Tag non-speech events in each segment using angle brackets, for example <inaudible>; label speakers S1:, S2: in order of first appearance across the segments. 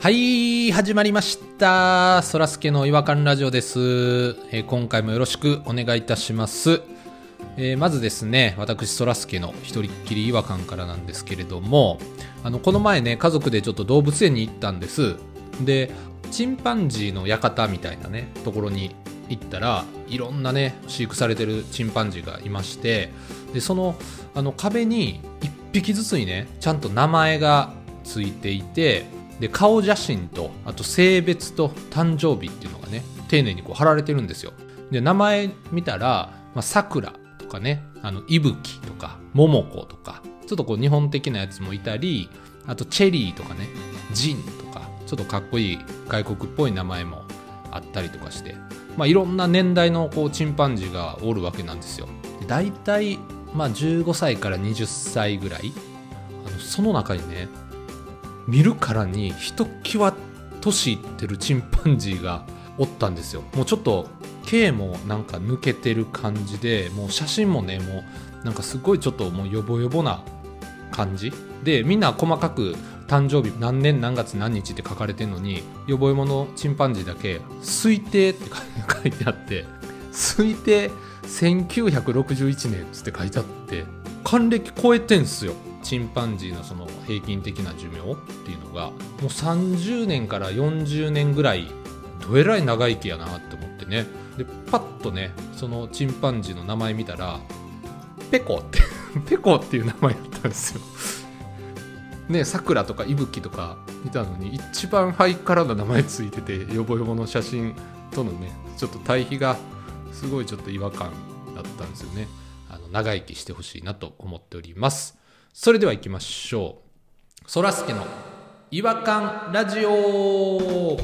S1: はい、始まりました。そらすけの違和感ラジオです、えー今回もよろしくお願いいたします。えーまずですね、私、そらすけの一人っきり違和感からなんですけれども、あの、この前ね、家族でちょっと動物園に行ったんです。で、チンパンジーの館みたいなね、ところに行ったら、いろんなね、飼育されてるチンパンジーがいまして、で、その、あの、壁に一匹ずつにね、ちゃんと名前がついていて、で顔写真とあと性別と誕生日っていうのがね丁寧にこう貼られてるんですよで名前見たらまあさくらとかねあのいぶきとかももことかちょっとこう日本的なやつもいたりあとチェリーとかねジンとかちょっとかっこいい外国っぽい名前もあったりとかして、まあ、いろんな年代のこうチンパンジーがおるわけなんですよで大体、まあ、15歳から20歳ぐらいあのその中にね見るからにひときわ年いってるチンパンジーがおったんですよもうちょっと毛もなんか抜けてる感じでもう写真もねもうなんかすごいちょっともうヨボヨボな感じでみんな細かく誕生日何年何月何日って書かれてるのにヨボヨボのチンパンジーだけ「推定」って書いてあって「推定1961年」つって書いてあって還暦超えてんすよチンパンジーのその平均的な寿命っていうのがもう30年から40年ぐらいどえらい長生きやなって思ってねでパッとねそのチンパンジーの名前見たらペコって <laughs> ペコっていう名前だったんですよねさくらとかいぶきとか見たのに一番ハイカラな名前ついててヨボヨボの写真とのねちょっと対比がすごいちょっと違和感だったんですよねあの長生きしてほしいなと思っておりますそれでは行きましょうそらすけの違和感ラジオ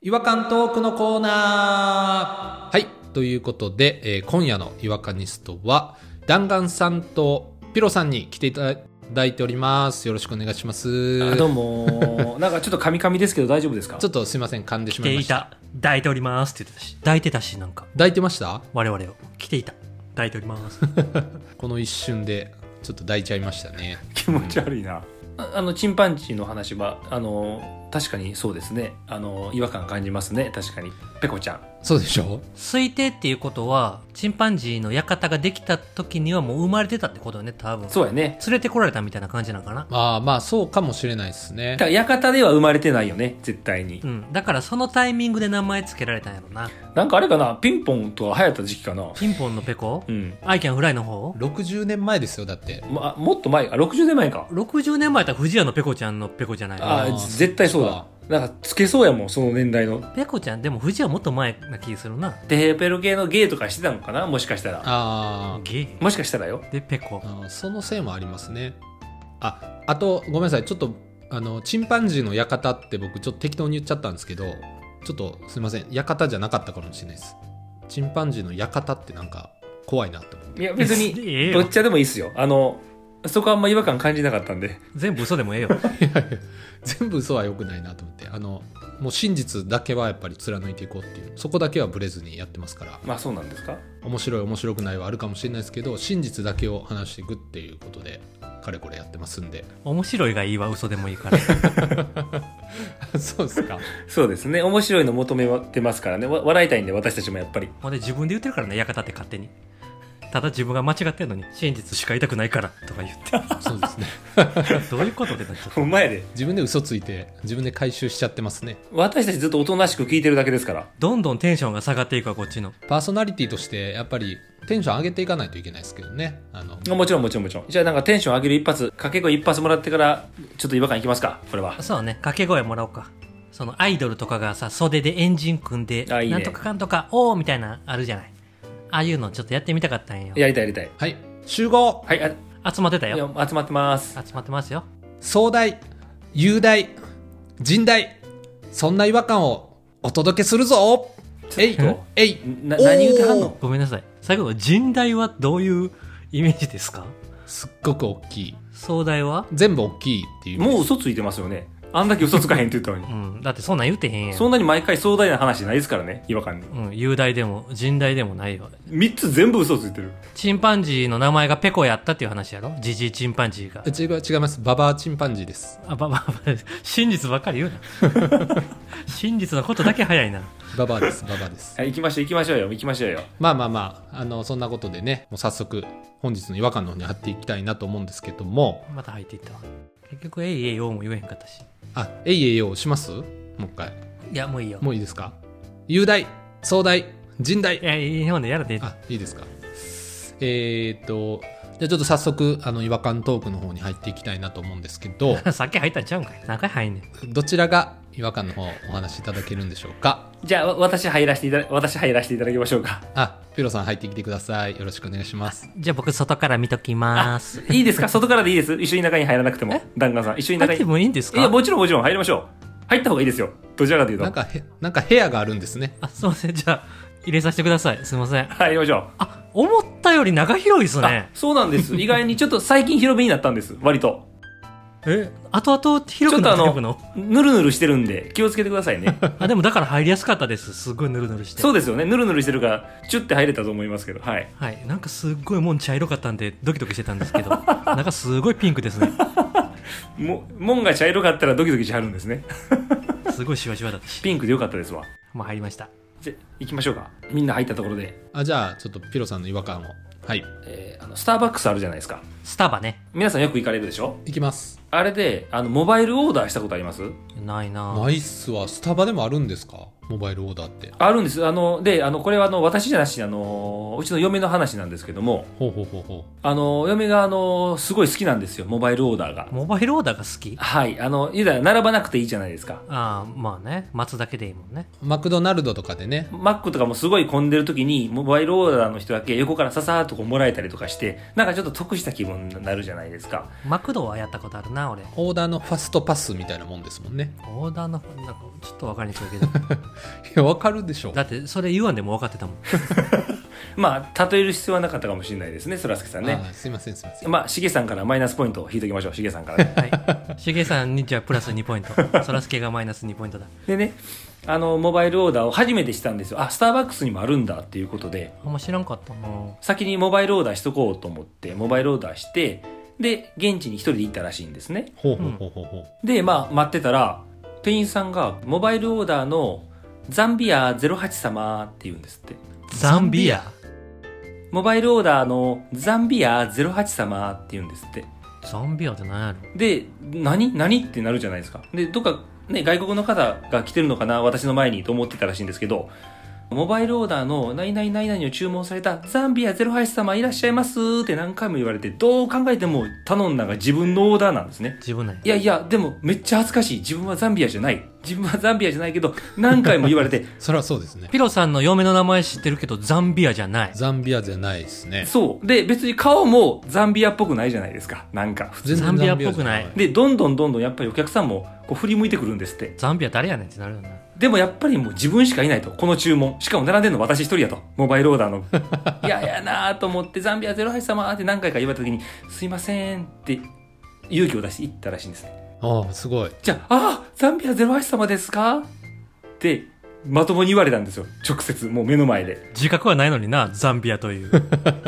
S1: 違和感トークのコーナーはいということで、えー今夜の違和感ニストは弾丸さんとピロさんに来ていただいておりますよろしくお願いします
S2: あどうもなんかちょっとカミカミですけど大丈夫ですか
S1: ちょっとすいません噛んでし
S3: 来
S1: まい
S3: て
S1: ま
S3: い
S1: した
S3: た抱いておりますって言ってたし抱いてたしなんか
S1: 抱いてました
S3: 我々を来ていた抱いております
S1: この一瞬でちょっと抱いちゃいましたね
S2: 気持ち悪いなああのチンパンジーの話はあの確かにそうですねあの違和感感じますね確かにペコちゃん
S1: そうでしょ
S3: 推定っていうことはチンパンジーの館ができた時にはもう生まれてたってことよね多分
S2: そうやね
S3: 連れてこられたみたいな感じなのかな
S1: まあまあそうかもしれないですね
S2: だから館では生まれてないよね絶対に
S3: うんだからそのタイミングで名前つけられたんやろな
S2: なんかあれかなピンポンとか流行った時期かな
S3: ピンポンのペコ
S2: うん、
S3: アイキャンフライの方
S1: 60年前ですよだって
S2: ま、もっと前あ60年前か
S3: 60年前だったら藤屋のペコちゃんのペコじゃない
S2: あ
S1: あー
S2: 絶対そうだなんかつけそうやもんその年代の
S3: ペコちゃんでも藤屋もっと前な気するな
S2: テヘペロ系のゲイとかしてたのかなもしかしたら
S1: あ
S3: ゲイ
S2: もしかしたらよ
S3: でペ
S1: ー
S3: コ
S1: あーそのせいもありますねああとごめんなさいちょっとあのチンパンジーの館って僕ちょっと適当に言っちゃったんですけどちょっとすいません館じゃなかったかもしれないですチンパンジーの館ってなんか怖いなって思って <laughs>
S2: いや別
S3: <laughs>
S2: に
S3: ええ
S2: ど
S3: よ
S2: っちでもいいっすよ。あの、そこあんま違和感感じなかったんで。
S3: 全部嘘でもええよ
S1: いやいや全部嘘は良くないなと思ってあのもう真実だけはやっぱり貫いていこうっていうそこだけはブレずにやってますから
S2: まあそうなんですか
S1: 面白い面白くないはあるかもしれないですけど真実だけを話していくっていうことでかれこれやってますんで
S3: 面白いがいいわ嘘でもいい
S2: <laughs>
S3: から
S1: <laughs> そうですか
S2: そうですね。面白いの求めてますからね。わ笑いたいんで私たちもやっぱり。
S3: ほんで自分で言ってるからね館って勝手にただ自分が間違ってんのに真実しか言いたくないからとか言っ
S1: そうですね
S3: てどういうことでなっちゃっ
S2: お前で。
S1: 自分で嘘ついて自分で回収しちゃってますね
S2: 私たちずっとおとなしく聞いてるだけですから。
S3: どんどんテンションが下がっていくわこっちの
S1: パーソナリティとしてやっぱりテンション上げていかないといけないですけどねあの
S2: もちろんもちろんもちろん。じゃあなんかテンション上げる一発、かけ声一発もらってから、ちょっと違和感いきますかこれは。
S3: そうね掛け声もらおうかそのアイドルとかがさ袖でエンジン組んで
S2: あいいね
S3: なんとかかんとかおーみたいなあるじゃないああいうのちょっとやってみたかったんよ
S2: やりたいやりたい。
S1: はい集合
S2: はい、あい
S3: 集まってた
S2: や
S3: よ
S2: 集まってます。
S3: 集まってますよ
S1: 壮大雄大甚大そんな違和感をお届けするぞえいえい
S2: な何言うてはん
S1: おー
S2: の
S3: ごめんなさい最後の甚大はどういうイメージですか
S1: すっごく大きい
S3: 壮大は
S1: 全部大きいっていう
S2: もう嘘ついてますよね。あんだけ嘘つかへんって言ったのに
S3: うん、だってそんなん言うてへんやん
S2: そんなに毎回壮大な話ないですからね違和感に
S3: うん、雄大でも甚大でもないよ
S2: 3つ全部嘘ついてる
S3: チンパンジーの名前がペコやったっていう話やろジジイチンパンジーが
S1: 違う違いますババアチンパンジーです
S3: あ <laughs> ばばば真実ばっかり言うな <laughs> 真実のことだけ早いな
S1: ババアですババアです
S2: はい行きましょう行きましょうよ行きましょうよ
S1: まあまあまああのそんなことでねもう早速本日の違和感の方に貼っていきたいなと思うんですけども
S3: また入っていったわ結局えいえいおうも言えへんかったし
S1: あえいえいよしますもう一回
S3: いやもういいよ
S1: もういいですか雄大壮大甚大
S3: いやいいほんでやらで
S1: あいいですかえー、っとじゃあちょっと早速あの違和感トークの方に入っていきたいなと思うんですけど
S3: さっき入ったんちゃうんかい何回入んねん
S1: どちらが違和感の方お話しいただけるんでしょうか
S2: じゃあわ私入らせていただ私入らせていただきましょう <laughs> か
S1: あピロさん入ってきてくださいよろしくお願いします
S3: じゃあ僕外から見とき <laughs> ます
S2: いいですか外からでいいです一緒に中に入らなくても弾丸さん一緒に中
S3: 入って
S2: に
S3: もいいんです
S2: いや
S3: か
S2: もちろんもちろん入りましょう入った方がいいですよどちらかという
S1: なん
S2: と
S1: かへなんか部屋があるんですね
S3: あすいませんじゃあ入れさせてくださいすいません
S2: 入りましょう
S3: あ思ったより長広いです
S2: あ
S3: ね
S2: そうなんです意外にちょっと最近広めになったんです割と
S3: え後々
S2: ち
S3: 広
S2: ょ
S3: く
S2: っと
S3: な
S2: あ
S3: っていく
S2: の
S3: の
S2: ぬるぬるしてるんで気をつけてくださいね <laughs>
S3: あでもだから入りやすかったですすごいぬるぬるして
S2: そうですよねぬるぬるしてるからチュッて入れたと思いますけどはい
S3: はいなんかすっごいもん茶色かったんでドキドキしてたんですけ <laughs> どなんかすごいピンクですね
S2: も門が茶色かったらドキドキしはるんですね
S3: すごいシワシワだったし
S2: ピンクでよかったですわ
S3: もう入りました
S2: じゃ行きましょうかみんな入ったところで、
S1: あじゃあちょっとピロさんの違和感をはい
S2: えーあのスターバックスあるじゃないですか
S3: スタバね
S2: 皆さんよく行かれるでしょ
S1: いきます
S2: あれであのモバイルオーダーしたことあります
S3: ないな
S1: ナイスはスタバでもあるんですかモバイルオーダーって
S2: あるんですあのであのこれはあの私じゃなしにあのうちの嫁の話なんですけども
S1: ほうほうほうほ
S2: あの嫁があのすごい好きなんですよモバイルオーダーが
S3: モバイルオーダーが好き
S2: はい。あの、言うたら並ばなくていいじゃないですか。
S3: ああまあね待つだけでいいもんね
S1: うマクドナルドとかでね
S2: マックとかもすごい混んでる時に、モバイルオーダーの人だけ横からささーっとこうもらえたりとかして、なんかちょっと得した気分になるじゃないですか。
S3: マクドはやったことあるな俺
S1: オーダーのファストパスみたいなもんですもんね
S3: オーダーのなんかちょっと分かりにくい <laughs> けど
S1: いやわかるでしょ
S3: だってそれ言わんでも分かってたもん
S2: まあ、例える必要はなかったかもしれないですね、そらすけさんね。
S1: あすいませんすいません
S2: まあ、しげさんからマイナスポイントを引いときましょう、しげさん
S3: <laughs>
S2: からね、
S3: はいしげさんにじゃあプラス2ポイントそらすけがマイナス2ポイントだ
S2: でね、あの、モバイルオーダーを初めてしたんですよ。あ、スターバックスにもあるんだっていうことで、
S3: あんま知らんかったな
S2: 先にモバイルオーダーしとこうと思って、モバイルオーダーして、で、現地に一人で行ったらしいんですね。
S1: ほうほうほうほうほう
S2: で、まあ、待ってたら、店員さんが、モバイルオーダーの、ザンビア08様って言うんですって。
S3: ザンビア
S2: モバイルオーダーの、ザンビア08様って言うんですって。
S3: ザンビアって何やろ
S2: で、何何ってなるじゃないですか。で、どっか、ね、外国の方が来てるのかな私の前にと思ってたらしいんですけど、モバイルオーダーの、何々何々を注文された、ザンビア08様いらっしゃいますって何回も言われて、どう考えても頼んだが自分のオーダーなんですね。
S3: 自分なんや
S2: いやいや、でもめっちゃ恥ずかしい。自分はザンビアじゃない。自分はザンビアじゃないけど、何回も言われて、 <laughs>
S1: それはそうですね
S3: ピロさんの嫁の名前知ってるけどザンビアじゃない
S1: ザンビアじゃないですね
S2: そう。で、別に顔もザンビアっぽくないじゃないですか。なんか。
S1: 全然
S3: ザンビアっぽくない
S1: ザンビアじ
S2: で、どんどんどんどんやっぱりお客さんもこう振り向いてくるんですって。
S3: ザンビア誰やねんってなるよな
S2: でもやっぱりもう自分しかいないと。この注文。しかも並んでるの私一人やと。モバイルオーダーの。いやいやなぁと思って、ザンビア08様って何回か言われた時に、すいませんって勇気を出して行ったらしいんですね。
S1: ゃないああすごい
S2: じゃあ、あーザンビア08様ですかって、まともに言われたんですよ。直接、もう目の前で。
S3: 自覚はないのになザンビアという <laughs>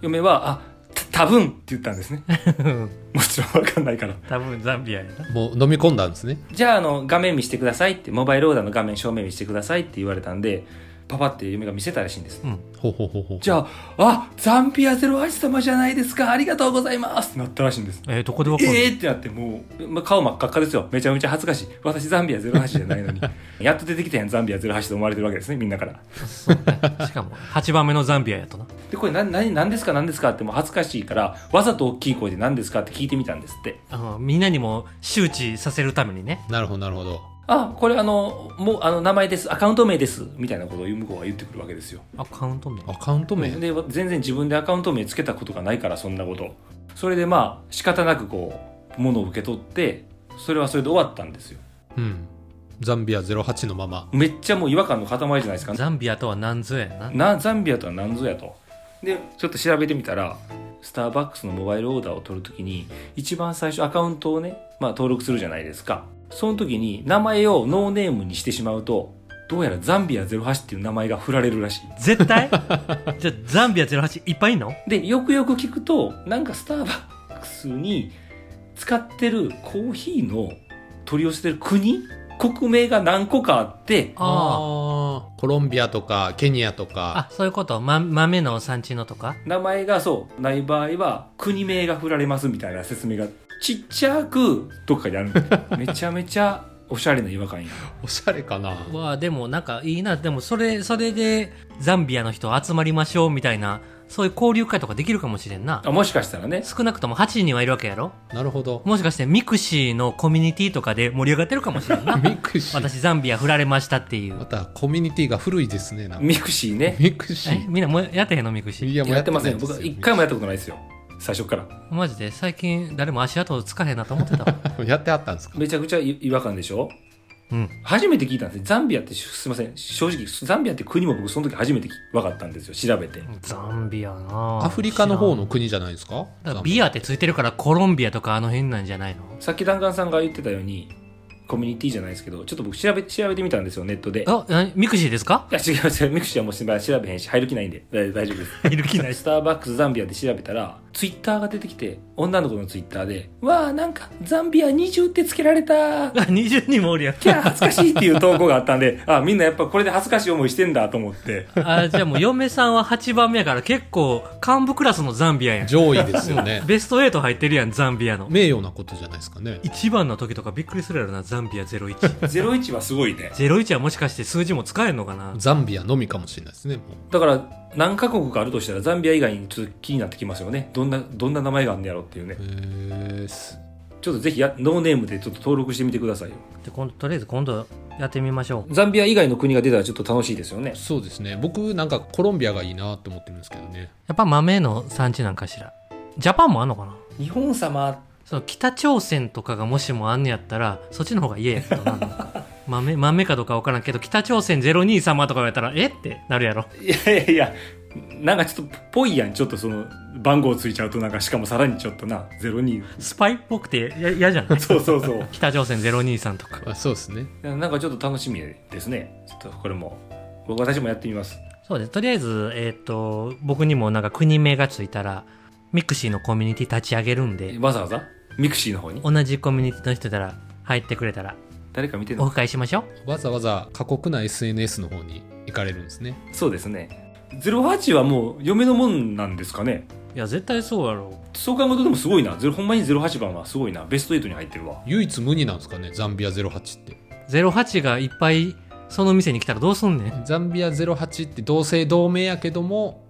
S2: 嫁は、あ、た多分って言ったんですね。もちろんわかんないから。
S3: 多分ザンビアやな
S1: もう飲み込んだんですね
S2: じゃあ、あの、画面見してくださいって、モバイルオーダーの画面正面見してくださいって言われたんで、パパって嫁が見せたらしいんです。
S3: うん
S1: ほうほうほうほう
S2: じゃあ、あ、ザンビア08様じゃないですか、ありがとうございますってなったらしいんです。
S3: えー、どこでわかるの、
S2: えーってなって、もう、ま顔真っ赤っかですよ。めちゃめちゃ恥ずかしい。私、ザンビア08じゃないのに。やっと出てきたやん、ザンビア08と思われてるわけですね、みんなから。
S3: そう <laughs> ねしかも8番目のザンビアやとな
S2: で、これ何、何、何ですか何ですかってもう恥ずかしいから、わざと大きい声で何ですかって聞いてみたんですって。
S3: あのみんなにも周知させるためにね
S1: なるほどなるほど
S2: あ、これあの、もう、あの、名前です。アカウント名です。みたいなことを向こうが言ってくるわけですよ。
S3: アカウント名
S1: アカウント名、
S2: で、全然自分でアカウント名つけたことがないから、そんなこと。それでまあ、仕方なくこう、物を受け取って、それはそれで終わったんですよ。
S1: うんザンビア08のまま
S2: めっちゃもう違和感の塊じゃないですか。
S3: ザンビアとは何ぞやな
S2: なザンビアとは何ぞやとでちょっと調べてみたらスターバックスのモバイルオーダーを取るときに一番最初アカウントをね、まあ、登録するじゃないですかその時に名前をノーネームにしてしまうと、どうやらザンビア08っていう名前が振られるらしい。<laughs>
S3: 絶対じゃあザンビア08いっぱいいんの
S2: で、よくよく聞くと、なんかスターバックスに使ってるコーヒーの取り寄せてる国国名が何個かあって、
S1: あ
S3: あ
S1: ーコロンビアとかケニアと
S3: あ
S1: か
S3: あそういうこと、ま、豆の産地のとか
S2: 名前がそう、ない場合は国名が振られますみたいな説明がちっちゃくどっかにある。
S1: <laughs>
S2: めちゃめちゃおしゃれな違和感や。
S1: おしゃれかな
S3: わあでもなんかいいなでもそれそれでザンビアの人集まりましょうみたいなそういう交流会とかできるかもしれんな
S2: あもしかしたらね、
S3: 少なくとも8人はいるわけやろ
S1: なるほど
S3: もしかしてミクシーのコミュニティとかで盛り上がってるかもしれんな
S1: ミクシー
S3: 私ザンビア振られましたってい
S1: ま
S3: う
S1: たコミュニティが古いですねなんか
S2: ミクシーね。
S1: ミクシ
S3: え
S1: ー
S3: みんなもうやってへんのミクシー
S1: いや
S2: やってません。
S1: ないです
S2: 僕
S1: よ
S2: は一回もやったことないですよ。最初から。
S3: マジで最近誰も足跡つかへんなと思ってたわ
S1: やってあったんですか
S2: めちゃくちゃ違和感でしょ
S3: うん
S2: 初めて聞いたんですねザンビアってすいません正直ザンビアって国も僕その時初めて分かったんですよ調べて
S3: ザンビアなあ
S1: アフリカの方
S3: 知
S1: の国じゃないですから
S3: んだからビアってついてるからコロンビアとかあの辺なんじゃないの
S2: さっき弾丸さんが言ってたようにコミュニティじゃないですけどちょっと僕調べ調べてみたんですよネットでい
S3: あなミクシーです <laughs> か
S2: や違いますよミクシーはもう調べへんし入る気ないんで大大丈夫です
S3: いる気ない
S2: スターバックスザンビアで調べたら、ツイッターが出てきて、女の子のツイッターで、わあ、なんか、ザンビア20ってつけられた
S3: あ20人もおるやん
S2: キャー恥ずかしいっていう投稿があったんで、あ、みんなやっぱこれで恥ずかしい思いしてんだと思って。
S3: あじゃあもう嫁さんは8番目やから結構幹部クラスのザンビアやん
S1: 上位ですよ
S3: <laughs>
S1: ね
S3: ベスト8入ってるやんザンビアの
S1: 名誉なことじゃないですかね
S3: 1番の時とかびっくりするやろなザンビア0101
S2: 01はすごいね。
S3: はもしかして数字も使えんのかな
S1: ザンビアのみかもしれないですねもう
S2: だから、何カ国かあるとしたら、ザンビア以外にちょっと気になってきますよね。どんな、どんな名前があるんのやろっていうね
S1: え。ーす
S2: ちょっとぜひや、ノーネームでちょっと登録してみてくださいよ。
S3: で今度とりあえず今度やってみましょ
S2: ザンビア以外の国が出たらちょっと楽しいですよね。
S1: そうですね僕なんかコロンビアがいいなと思ってるんですけどね
S3: うやっぱ豆の産地なんかしらジャパンもあんのかな
S2: 日本様、
S3: その北朝鮮とかがもしもあんねやったらそっちの方が嫌やけどななんか <laughs> 豆豆かどうか分からんけど北朝鮮02様とか言われたらえってなるやろ
S2: いやいやいや、なんかちょっとぽいやん。ちょっとその、番号ついちゃうとなんか、しかもさらにちょっとな、02。
S3: スパイっぽくてや嫌じゃない <laughs>
S2: そうそうそう。
S3: 北朝鮮02さんとか
S1: あそうですね
S2: <laughs> なんかちょっと楽しみですね。ちょっとこれも。僕私もやってみます。
S3: そうですとりあえずえっ、と僕にもなんか国名がついたらミクシーのコミュニティ立ち上げるんで
S2: わざわざミクシーの方に
S3: 同じコミュニティの人たら入ってくれたら
S2: 誰か見てん
S3: オ
S2: の
S3: フ会しましょう
S1: わざわざ過酷な SNS の方に行かれるんですね
S2: そうですね。08はもう嫁のもんなんですかね
S3: いや絶対そうやろ
S2: そう考えるとでもすごいな。ゼロほんまに08番はすごいな。ベスト8に入ってるわ。
S1: 唯一無二なんですかねザンビア08って
S3: 08がいっぱいその店に来たらどうすんねん
S1: ザンビア08って同姓同名やけども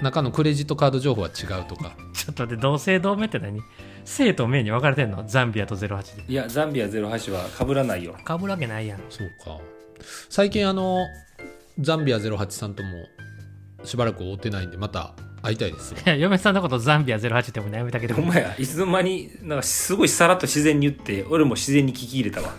S1: 中のクレジットカード情報は違うとか
S3: ちょっと待って同姓同名って何姓と名に分かれてんのザンビアと08で
S2: いや、ザンビア08は被らないよ。 <laughs>
S3: かぶるわけないやん
S1: そうか最近あのザンビア08さんともしばらく会ってないんでまた会いたいです
S3: いや嫁さんのことザンビア08ってもうやめたけど
S2: ほんまや、いつの間に、なんかすごいさらっと自然に言って、俺も自然に聞き入れたわ。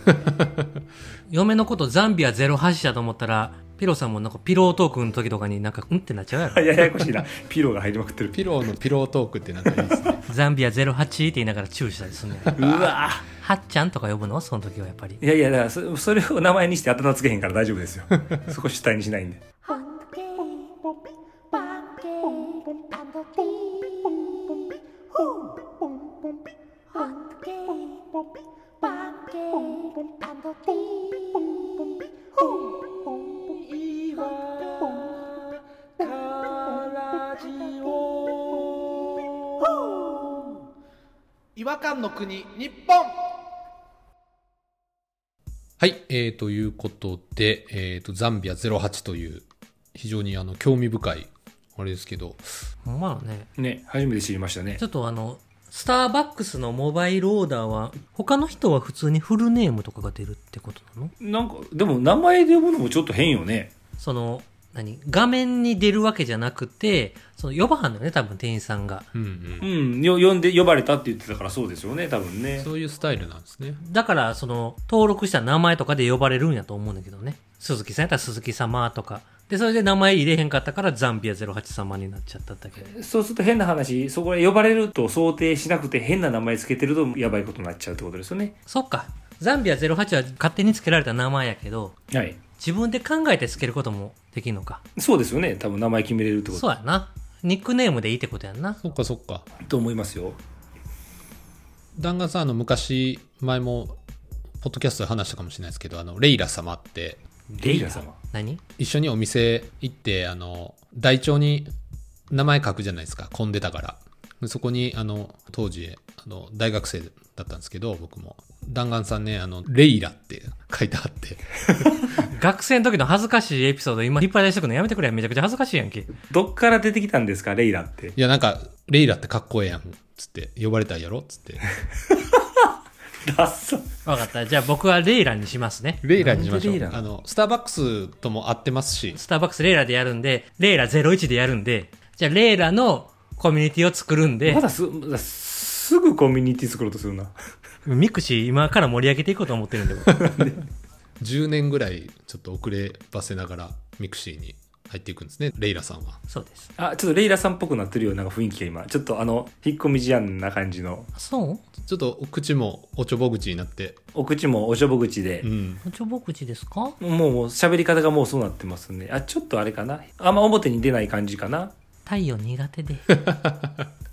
S3: <laughs> 嫁のことザンビア08だと思ったらピロさんもなんかピロートークの時とかになんかうんってなっちゃうや
S2: <laughs>
S3: ろ
S2: ややこしいな。ピローが入りまくってる。
S1: ピローのピロートークってなんかいいですね
S3: ザンビア08って言いながらチューしたりする <laughs> のよ
S2: うわ
S3: はっちゃんとか呼ぶのその時はやっぱり
S2: いやいや、だからそそれを名前にして頭つけへんから大丈夫ですよ。 <laughs> そこ主体にしないんで。
S4: Hunky,
S5: 違和感の国日本
S1: <laughs> はい、えー、ということで、えー、とザンビア08という非常にあの興味深いあれですけど
S3: ほんまだね
S2: ね、初めて知りましたね
S3: ち。ょっとあのスターバックスのモバイルオーダーは他の人は普通にフルネームとかが出るってことなの
S2: なんか、でも名前で呼ぶのもちょっと変よね。
S3: その何画面に出るわけじゃなくてその呼ばはんのよね多分店員さんが
S1: うんう
S2: うんん、よ呼んで、呼ばれたって言ってたからそうですよね、多分ね。
S1: そういうスタイルなんですね
S3: だからその登録した名前とかで呼ばれるんやと思うんだけどね鈴木さんやったら鈴木様とかでそれで名前入れへんかったからザンビア08様になっちゃっただけで
S2: そうすると変な話、そこへ呼ばれると想定しなくて変な名前つけてるとやばいことになっちゃうってことですよね。
S3: そっか。ザンビア08は勝手につけられた名前やけど、
S2: はい。
S3: 自分で考えてつけることもできるのか。
S2: そうですよね。多分名前決めれるってこと。
S3: そうやな。ニックネームでいいってことやんな。
S1: そっかそっか。
S2: と思いますよ。
S1: 弾丸さん、あの、昔、前も、ポッドキャストで話したかもしれないですけど、あの、レイラ様って、
S2: レイラ様。
S3: 何
S1: 一緒にお店行って、あの、台帳に名前書くじゃないですか。混んでたから。でそこに、あの、当時、あの、大学生だったんですけど、僕も。弾丸さんね、あの、レイラって書いてあって。
S3: 学生の時の恥ずかしいエピソード今引っ張り出してくのやめてくれ。めちゃくちゃ恥ずかしいやんけ。
S2: どっから出てきたんですか、レイラって。
S1: いや、なんか、レイラってかっこええやん。つって、呼ばれたんやろつ <laughs> って。
S2: ダッサ。
S3: わかった。じゃあ僕はレイラにしますね。
S1: レイラにしましょ
S2: なんでレイ
S1: う。
S2: ラ
S1: あの、スターバックスとも合ってますし、
S3: スターバックスレイラでやるんで、レイラ01でやるんで、じゃあレイラのコミュニティを作るんで
S2: ま、だす、まだすぐコミュニティ作ろうとするな。
S3: ミクシー今から盛り上げていこうと思ってるん <laughs> で、僕
S1: 10年ぐらいちょっと遅ればせながら、ミクシーに入っていくんですね、レイラさんは。
S3: そうです。
S2: あ、ちょっとレイラさんっぽくなってるような雰囲気が今。ちょっとあの、引っ込み思案な感じの。
S3: あそう
S1: ちょっとお口もおちょぼ口になって、
S2: お口もおしょぼ口で
S1: う。ん。
S3: おちょぼ口ですか
S2: もう、もう喋り方がもうそうなってますね。あ、ちょっとあれかな。あんま表に出ない感じかな。
S3: 太陽苦手 <laughs> で。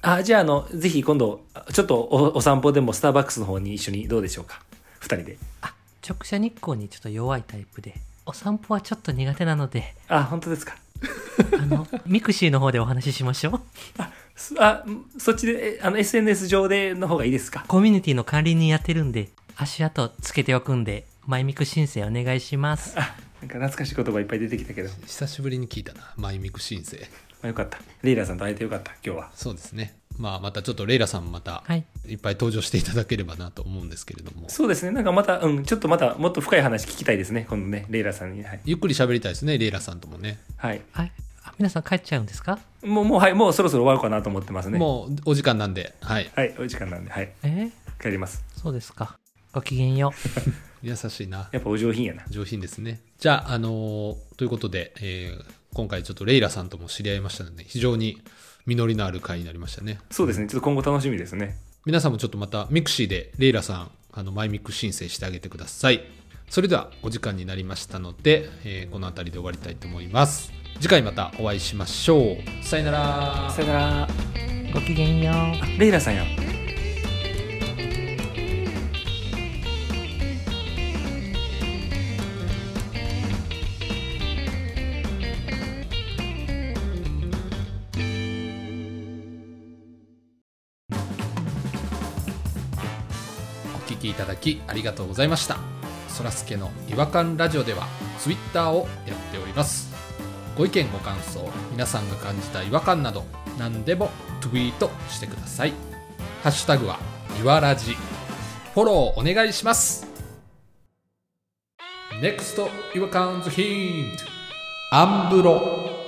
S2: あ、じゃああの、ぜひ今度、ちょっとおお散歩でもスターバックスの方に一緒にどうでしょうか。二人で。
S3: あ、直射日光にちょっと弱いタイプで、お散歩はちょっと苦手なので、
S2: あ、本当ですか。
S3: あ <laughs> の、ミクシーの方でお話ししましょう。
S2: すあ、んそっちで、えあの、SNS 上での方がいいですか。
S3: コミュニティの管理人やってるんで、足跡つけておくんで、マイミク申請お願いします。
S2: あ、なんか懐かしい言葉いっぱい出てきたけど。ま
S1: 久しぶりに聞いたな、マイミク申請。
S2: あ、よかった。レイラさんと会えてよかった、今日は。
S1: そうですね。まあ、またちょっとレイラさんもまた、
S3: はい。
S1: いっぱい登場していただければなと思うんですけれども、
S2: そうですね。なんかまた、うん、ちょっとまた、もっと深い話聞きたいですね。今度ね、レイラさんに。はい。
S1: ゆっくり喋りたいですね、レイラさんともね。
S2: はい。
S3: はい。あ皆さん帰っちゃうんですか
S2: もう、もう、はい。もうそろそろ終わろうかなと思ってますね。
S1: もうお時間なんで、はい。
S2: はい。お時間なんで、はい。
S3: えー
S2: 帰ります。
S3: そうですか。ごきげんよう。
S1: 優しいな。
S2: やっぱお上品やな。
S1: 上品ですね。じゃあ、あのーということで、えー今回ちょっとレイラさんとも知り合いましたので、非常に実りのある回になりましたね。
S2: そうですね。ちょっと今後楽しみですね。
S1: 皆さんもちょっとまたミクシーでレイラさん、あの、マイミク申請してあげてください。それではお時間になりましたので、えーこの辺りで終わりたいと思います。次回またお会いしましょう。さよなら。
S2: さよなら。
S3: ごきげんよう。
S2: あレイラさんやん。
S1: お聞きいただきありがとうございましたそらすけの違和感ラジオではツイッターをやっておりますご意見ご感想皆さんが感じた違和感など何でもツイートしてくださいハッシュタグはいわらじフォローお願いします NEXT 違和感ズヒントアンブロ